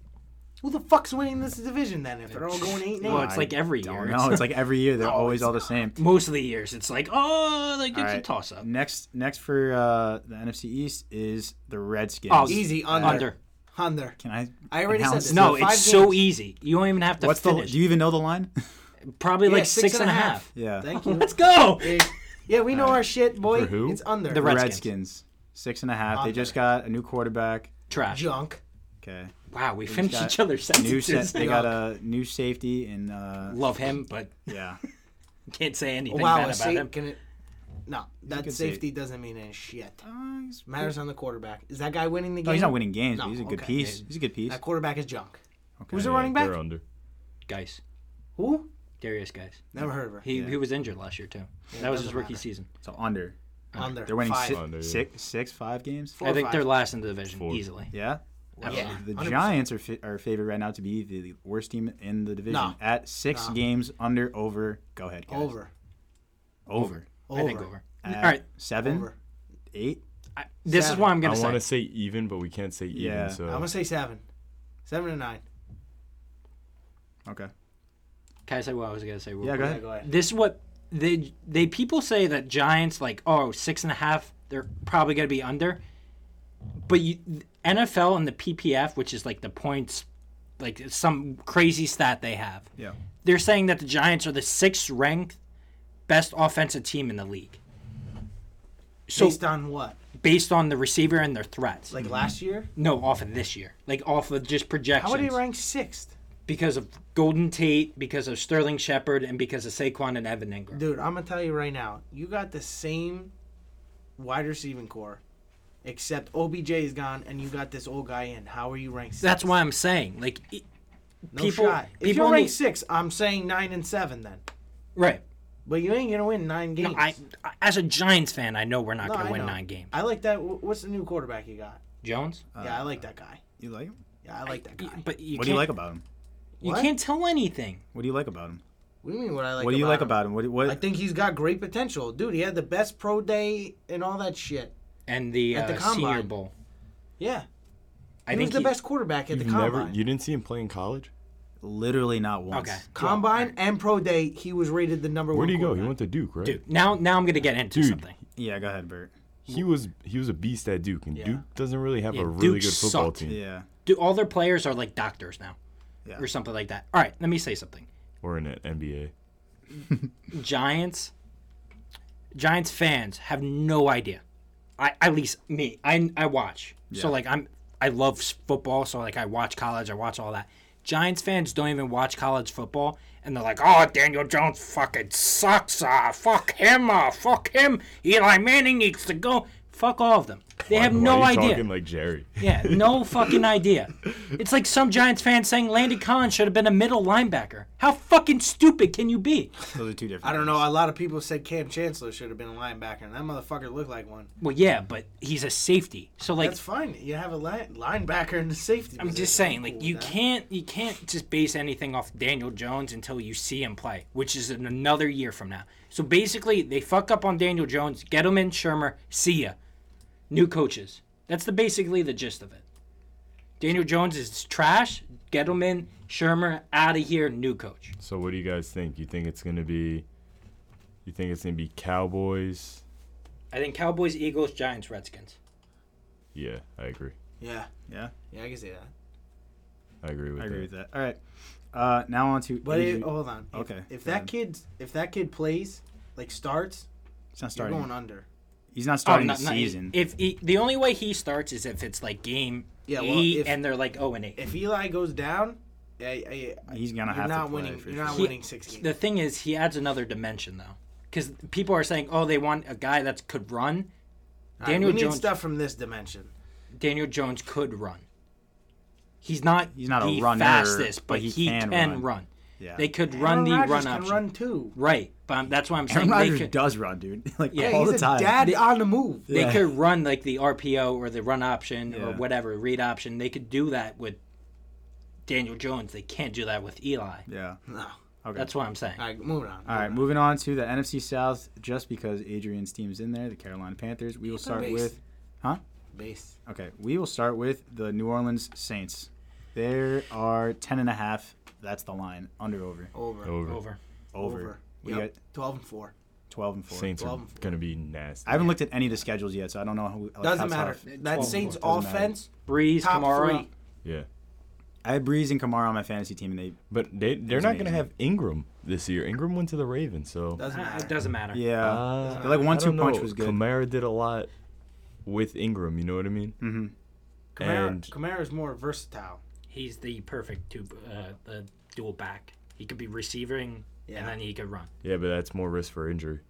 Who the fuck's winning this division then? If they're all going eight and eight, Well, it's I like every don't year. know. it's like every year they're No, always it's all the same. most of the years, it's like oh, like it's a Alright. toss up. Next, next for uh, the NFC East is the Redskins. Oh, easy under. Under. Under. Can I? I already said announce this. No, So five it's so games. easy. You don't even have to What's finish. the? Do you even know the line? Probably Yeah, like six and a half. yeah. Thank you. Let's go. Big- yeah, we know our shit, boy. For who? It's under. The The Redskins. Redskins. six and a half. They Under. just got a new quarterback. Trash. junk. Okay. Wow, we finished got each other's New sentences. sa- they got a new safety and uh, Love him, but yeah. can't say anything Oh, wow, bad a about sa- him. can it? No, that good safety doesn't mean any shit. Uh, he's- Matters on the quarterback. Is that guy winning the game? no, he's not winning games. No, but he's a good okay. piece. He's a good piece. That quarterback is junk. Okay. Who's the Yeah, running back? They're under. Guys, Who? Darius, guys. Never heard of her. He he was injured last year too. that was his doesn't rookie matter. season. So under. under. They're winning Five. si- Under, yeah. six, six, five games. Four I or think five. they're last in the division Four. easily. Yeah. Yeah. The 100%. Giants are fi- are favored right now to be the worst team in the division No. at six No. games under over. Go ahead, guys. Over. Over. Over. I think over. At All right, Seven, Over. eight. I, this is Seven. what I'm I gonna want to say. say even, but we can't say even. Yeah. So I'm gonna say seven. Seven and nine. Okay. Can I say what I was gonna say? real Yeah, quick? go Yeah, ahead. go ahead. This is what they they people say that Giants like oh six and a half they're probably gonna be under, but you, NFL and the PPF which is like the points, like some crazy stat they have. Yeah. They're saying that the Giants are the sixth ranked best offensive team in the league. So Based on what? based on the receiver and their threats. Mm-hmm. Like last year? No, off of this year. Like off of just projections. How would he rank sixth? Because of Golden Tate, because of Sterling Shepard, and because of Saquon and Evan Ingram. Dude, I'm gonna tell you right now, you got the same wide receiving core, except OBJ is gone, and you got this old guy in. How are you ranked? That's sixth? why I'm saying, like, e- no people- shot. If people you're only- ranked six, I'm saying nine and seven then. right? But you ain't gonna win nine games. No, I, I- as a Giants fan, I know we're not No, I going to win know. nine games. I like that. wh- What's the new quarterback you got? Jones, yeah, I like that guy. You like him? Yeah, I like that guy. Y- but you What can't, do you like about him? you What? can't tell anything. What do you like about him? what do you mean? What I like? what do you like him? about him? What? do- What? I think he's got great potential, dude. He had the best pro day and all that shit. And the, At the uh, Senior combine. Bowl, Yeah, I he think was the he- best quarterback at the you've combine. never. You didn't see him play in college. Literally not once. Okay, Combine and pro day, he was rated the number Where one. did he go? He quarterback. went to Duke, right? dude. Now, now I'm going to get into Dude, something. Yeah. Go ahead, Bert. He was he was a beast at Duke, and Duke doesn't really have Yeah, a really Duke good football sucked. team Yeah. Dude, all their players are like doctors now, Yeah. or something like that. All right, let me say something. or in an NBA. Giants Giants fans have no idea. I at least me. I I watch. So Yeah. like I'm I love s- football, so like I watch college, I watch all that. Giants fans don't even watch college football and they're like, "Oh, Daniel Jones fucking sucks. Ah, fuck him. Ah, fuck him. Eli Manning needs to go." Fuck all of them. They have Why no are you idea. Talking like Jerry. Yeah, no fucking idea. It's like some Giants fans saying Landon Collins should have been a middle linebacker. How fucking stupid can you be? Those are two different. I don't know. A lot of people said Cam Chancellor should have been a linebacker, and that motherfucker looked like one. Well, yeah, but he's a safety. So like That's fine. You have a li- linebacker in the safety. I'm just saying, like you can't you can't just base anything off Daniel Jones until you see him play, which is in another year from now. So basically, they fuck up on Daniel Jones, get him in Shermer, see ya. New coaches. That's the basically the gist of it. Daniel Jones is trash. Get him in Shermer out of here. New coach. So what do you guys think? You think it's gonna be? You think it's gonna be Cowboys? I think Cowboys, Eagles, Giants, Redskins. Yeah, I agree. Yeah, Yeah. yeah, I can see that. I agree with I that. agree with that. All right. Uh, now on to But it, oh, Adrian. hold on. If- Okay, If, go that ahead. kid, if that kid plays, like starts, He's not you're going starting. under. He's not starting Oh, the not- not- season. If he, the only way he starts is if it's like game Yeah, well, eight if- and they're like oh and eight. If Eli goes down, I, I, He's gonna you're have not to play. winning. for You're sure. not He- winning six games. the thing is, he adds another dimension though, because people are saying oh they want a guy that could run. All right, Daniel we need Jones. stuff from this dimension. Daniel Jones could run. He's not. He's not a the runner, fastest, but, he, can, run. run. Yeah. They could Aaron run the Rodgers run can option. run too. Right, but um, that's why I'm Aaron saying they Rodgers could, does run, dude. like Yeah, all He's the a time. dad on the move. they Yeah. could run like the RPO or the run option or Yeah. whatever read option. They could do that with Daniel Jones. They can't do that with Eli. Yeah. No. Okay. That's what I'm saying. All right, moving on. All right, moving on to the NFC South, just because Adrian's team's in there, the Carolina Panthers. We will start base. with, huh? Base. Okay, we will start with the New Orleans Saints. There are ten and a half. That's the line. Under over. Over. Over. Over. Over. Over. We Yep. got Oh, 12 and 4. twelve and four. Saints are Twelve. gonna be nasty. I haven't looked at any of the schedules yet, so I don't know who. Like Doesn't how matter. tough. That 12 Saints and 4. Doesn't matter. offense, Breeze, top Kamara. uh, three. Yeah, I had Breeze and Kamara on my fantasy team, and they. but they they're was not gonna amazing. have Ingram this year. Ingram went to the Ravens, so Doesn't Ah, matter. It doesn't matter. Yeah. uh, They're like one I don't two punch know. was good. Kamara did a lot with Ingram. You know what I mean? hmm And- Kamara, Kamara is more versatile. He's the perfect two, uh, the dual back. He could be receiving Yeah. and then he could run. Yeah, but that's more risk for injury.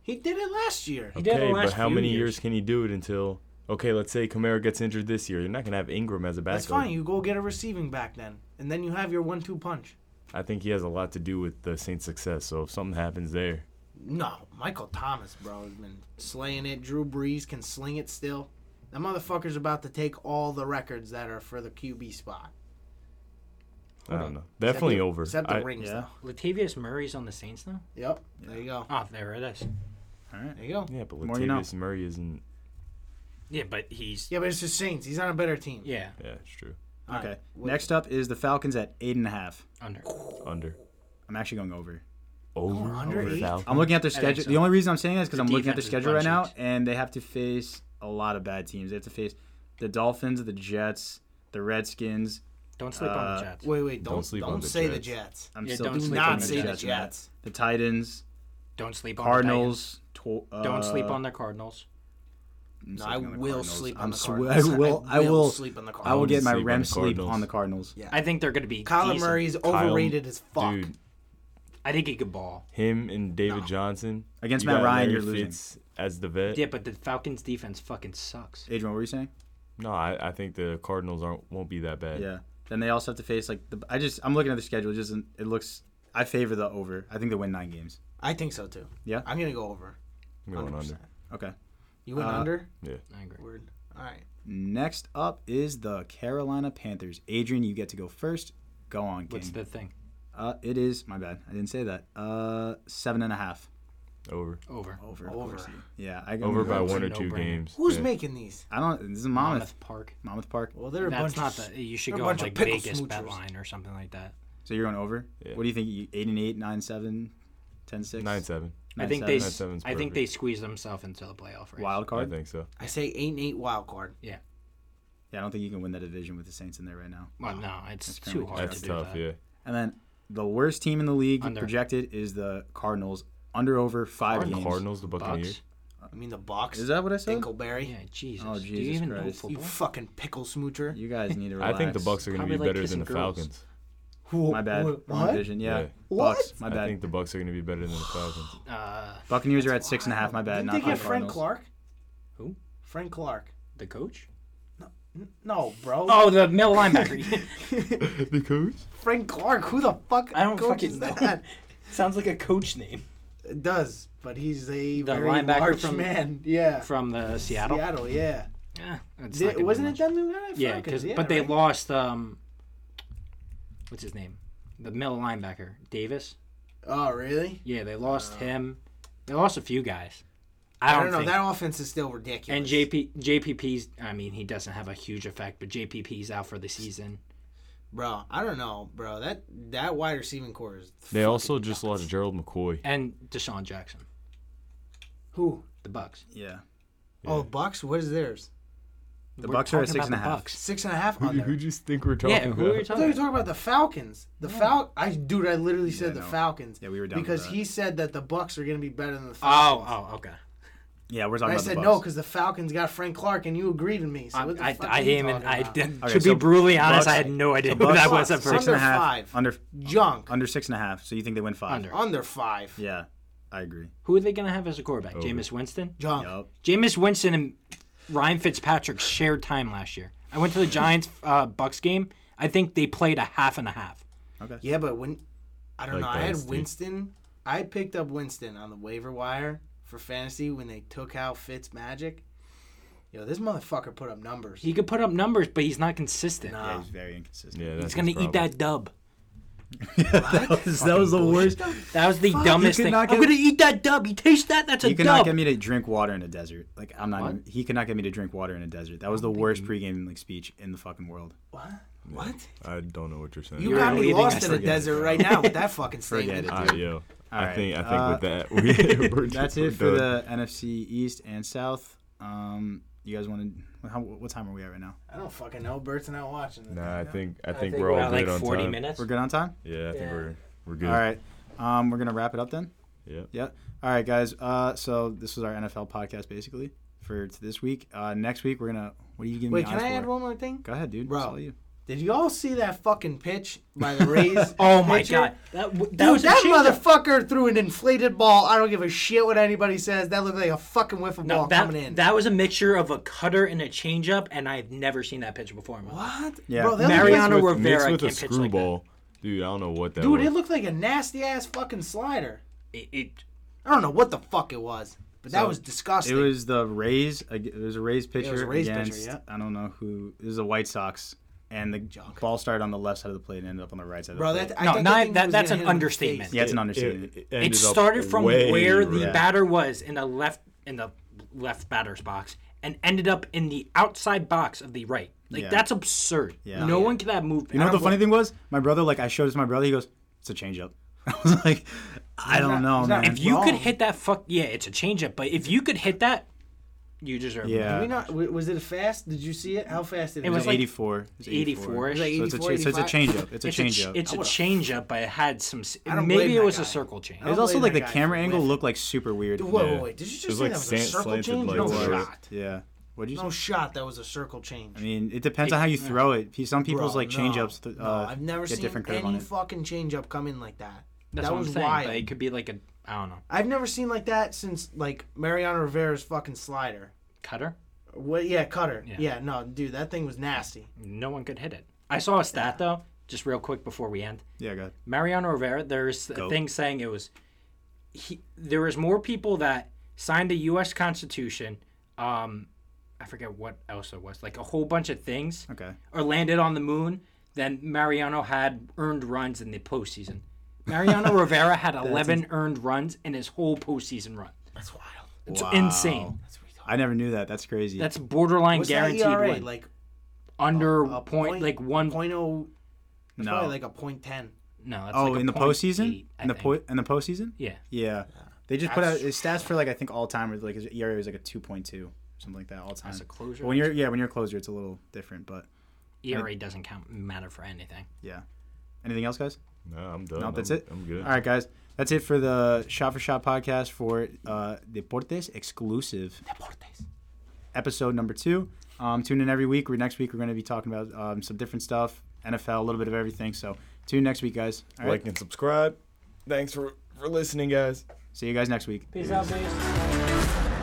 He did it last year. He did Okay, the but last how few many years. can you do it until? Okay, let's say Kamara gets injured this year. You're not gonna have Ingram as a backup. That's fine. You go get a receiving back then, and then you have your one-two punch. I think he has a lot to do with the Saints' success. So if something happens there, No, Michael Thomas, bro, has been slaying it. Drew Brees can sling it still. That motherfucker's about to take all the records that are for the QB spot. I don't know. Definitely Except the- over. Except the I- rings, yeah. Latavius Murray's on the Saints now? though. Yep. There you go. Oh, there it is. All right. There you go. yeah, but More you know. Latavius Murray isn't. Yeah, but he's. Yeah, but it's the Saints. He's on a better team. Yeah, Yeah, it's true. All Okay. right. What- Next up is the Falcons at eight and a half. under. Under. I'm actually going over. Over. under over eight? Falcon. I'm looking at their think schedule. so. The only reason I'm saying that is because Their I'm looking at their defense is schedule right now, bum-shaped. and they have to face a lot of bad teams. They have to face the Dolphins, the Jets, the Redskins. Don't sleep on Uh, the Jets. Wait, wait. Don't Don't don't, sleep on the say the Jets. Jets. I'm Yeah, still don't sleeping sleep on on the the Jets. Jets, man. Jets. the Titans, Don't sleep on Cardinals. tw- the Titans. uh, Don't sleep on the Cardinals. I'm No, sleeping I on the will Cardinals. sleep I'm on the swe- Cardinals. I will. I will. sleep on the I will Cardinals. get my sleep on REM the sleep Cardinals. on the Cardinals. Yeah. I think they're going to be. Kyler decent. Murray's Kyle- overrated as fuck. Dude, I think he could ball. him and David Johnson Against you Matt got Ryan, Larry you're losing. Fitz as the vet. Yeah, but the Falcons defense fucking sucks. Adrian, what were you saying? No, I, I think the Cardinals aren't won't be that bad. Yeah. Then they also have to face like the. I just I'm looking at the schedule. It just it looks. I favor the over. I think they win nine games. I think so too. Yeah? I'm gonna go over. I'm going 100%. under. Okay. You went Uh, under. I agree. Word. All right. Next up is the Carolina Panthers. Adrian, you get to go first. Go on, What's King. the thing? Uh, it is my bad. I didn't say that. Uh, seven and a half Over. Over. over. of Over. course. Yeah, I Over by it's a one or two no-brainer. games. Who's Yeah. making these? I don't. This is Monmouth. Monmouth Park. Monmouth Park. Well, they're a That's bunch. not of, the. You should they're a go on bunch of like pickle Vegas bet smoochers. line or something like that. So you're going over. Yeah. What do you think? You- Eight and eight, nine seven, ten six. Nine seven. I think they. seven. s- seven's I think perfect. they squeeze themselves into the playoff race. wild I card. think so. I say eight and eight wild card. Yeah, I don't think you can win that division with the Saints in there right now. Well, no, it's That's kinda too like- hard That's to tough. do that. Yeah. And then the worst team in the league Under. projected is the Cardinals. Under over five Aren't games. Cardinals the Buccaneers. Bucks. I mean the box. Is that what I said? Dinkleberry? Yeah, Jesus. Oh, Do you Jesus even know Christ. You football? fucking pickle smoocher. You guys need to I relax. think the Bucks are going to be Probably like better kissing than the girls. Falcons. My bad. Wrong division. Yeah. Yeah. What? Bucks. My I bad. think the Bucks are going to be better than the Falcons. Uh, Buccaneers are at six and a half. My bad. Didn't Not they my get Frank Cardinals. Clark? Who? Frank Clark. the coach? N- No, bro. Oh, the middle linebacker. the coach? Frank Clark. Who the fuck? I don't coaches fucking know. That? Sounds like a coach name It does, but he's a The very linebacker large from- man. Yeah. from the Seattle. Seattle. Yeah. Yeah, it's Did- not gonna be wasn't much. it them? who got it? Yeah, Falcons, because but they right? lost um, what's his name, the middle linebacker Davis. Oh really? Yeah, they lost him. They lost a few guys. Uh, I I don't, don't, know. Think. That offense is still ridiculous. and JP JPP's. I mean, he doesn't have a huge effect, but JPP's out for the season. bro, I don't know, bro. That that wide receiving core is. They also just lost Gerald McCoy. And Deshaun Jackson, Who? the Bucks. Yeah. Oh, Bucks. What is theirs? The We're Bucks are at talking six and a about the half. Bucks. Six and a half Who, under. who do you think we're talking Yeah, who about? are you I thought you talking were about? talking about the Falcons. The Fal I dude, I literally said the no. Falcons. Yeah, we were down to because that. he said that the Bucks are going to be better than the Falcons. Oh, oh, okay. Yeah, we're talking And I about the said Bucks. no because the Falcons got Frank Clark and you agreed with me. So I, what the I, fuck I are you am, and talking I about? did, Okay, to so be brutally Bucks- honest, I had no idea the who that Bucks- was at six first. and Under a half. five. Under junk under six and a half. So you think they win five? Under. under five. Yeah, I agree. Who are they going to have as a Oh, quarterback? Jameis Winston? Junk. Yup. Jameis Winston and Ryan Fitzpatrick shared time last year. I went to the Giants uh, Bucks game. I think they played a half and a half. Yeah, but when I don't Like know, I had Dynasty. Winston. I picked up Winston on the waiver wire for fantasy when they took out Fitz Magic. Yo, this motherfucker put up numbers. He could put up numbers, but he's not consistent. Yeah, he's very inconsistent. Yeah, that's He's gonna his eat problem. that dub. that was, that was the worst. That was the dumbest could thing. not I'm get- gonna eat that dub. You taste that? That's a You cannot dub. get me to drink water in a desert. Like I'm not. Gonna, he cannot get me to drink water in a desert. That was the worst pregame like speech in the fucking world. What? What? I don't know what you're saying. You You're got me leading lost us in a to- desert right now with that fucking statement. it, Ah, dude. yo. I Alright, think I think uh, with that we we're That's we're it for done. the NFC East and South. Um, you guys want to? How, what time are we at right now? I don't fucking know. Bert's not watching. this. Nah, I think I think Think we're all at, good like on 40 time. minutes. We're good on time. Yeah, I think Yeah. we're we're good. All right. Um, we're gonna wrap it up then. Yep. Yep. All right, guys. Uh, so this was our NFL podcast basically for t- this week. Uh, next week we're gonna. What are you giving Wait, me? can eyes I for? add one more thing? Go ahead, dude. Bro. It's all you. Did you all see that fucking pitch by the Rays? Oh my pitcher? god, that, w- that Dude, was a that changeup. motherfucker threw an inflated ball. I don't give a shit what anybody says. That looked like a fucking whiff of No, ball that, coming in. that was a mixture of a cutter and a changeup, and I've never seen that pitch before. in my life. what? Yeah. Bro, that Mixed looked Mariano Mariano with, Rivera mixed with a can't pitch like that. screwball, dude. I don't know what that. like, dude, was. it looked like a nasty ass fucking slider. It, it- I don't know what the fuck it was, but that So, was disgusting. It was the Rays. ag- It was a Rays pitcher a Rays pitcher, against yeah. I don't know who. It was the White Sox, and the ball started on the left side of the plate and ended up on the right side. Bro, of the that, plate. I No, thought not- thing that- was that's gonna an hit him in the understandment. face. yeah, it's an understatement. it ended up started from way where the right. batter was in the left in the left batter's box, and ended up in the outside box of the right. Like Yeah. that's absurd. Yeah. No one could have moved. you know what the funny thing was? My brother, like, I showed this to my brother. He goes, "It's a changeup." I was like, "I don't not- know, he's not- man." If you could Wrong. hit that, fuck yeah, it's a changeup. But if you could hit that, you deserve. it. yeah, Did we not- w- was it a fast? Did you see it? How fast did it? It go? was It's like- 84. It's 84. So it's a, cha- so it's a 84, changeup. It's a It's a, ch- changeup. it's a would've- changeup, but it had some. s- don't blame Maybe it that was guy. a circle change. It was I'll also blame like that the guy camera for angle whiffing. looked like super weird. Whoa, whoa, Yeah. wait! Did you just was say like that was a slant- circle slanted change? like No wire. shot. Yeah. What'd you No say? shot. That was a circle change. I mean, it depends on how you throw it. Pe- Some people's Bro, like no, changeups. th- no, uh, I've never get seen different curve any on it. fucking changeup come in like that. That's that what was I'm saying. wild. But it could be like a I don't know I've never seen like that since like Mariano Rivera's fucking slider. cutter. What? Yeah, cutter. Yeah. no, dude, that thing was nasty. No one could hit it. I saw a stat though, just real quick before we end. Yeah, go ahead. Mariano Rivera, there's a thing saying it was he there was more people that signed the US Constitution, um I forget what else it was, like a whole bunch of things Okay. or landed on the moon than Mariano had earned runs in the postseason. Mariano Rivera had eleven earned runs in his whole postseason run. That's wild. It's Wow. insane. I never knew that. That's crazy. That's borderline What's guaranteed that ERA? win. Like under a point, point- like one point oh, no. probably like a point ten. No, that's oh, like a in the point postseason? eight, I in the think. po- in the postseason? Yeah. Yeah. They just put out That's- his stats for like I think all time was like his ERA was like a 2.2, something like that all time. As a closer, But when you're yeah, when you're a closer it's a little different, but ERA E doesn't count matter for anything. yeah. Anything else, guys? No, I'm done. No, that's I'm, it. I'm good. All right, guys. That's it for the Shot for Shot podcast for uh, Deportes exclusive. Deportes. Episode number two. Um, tune in every week. We're next week. We're going to be talking about um, some different stuff, NFL, a little bit of everything. So tune in next week, guys. All right. Like and subscribe. Thanks for for listening, guys. See you guys next week. Peace out, boys.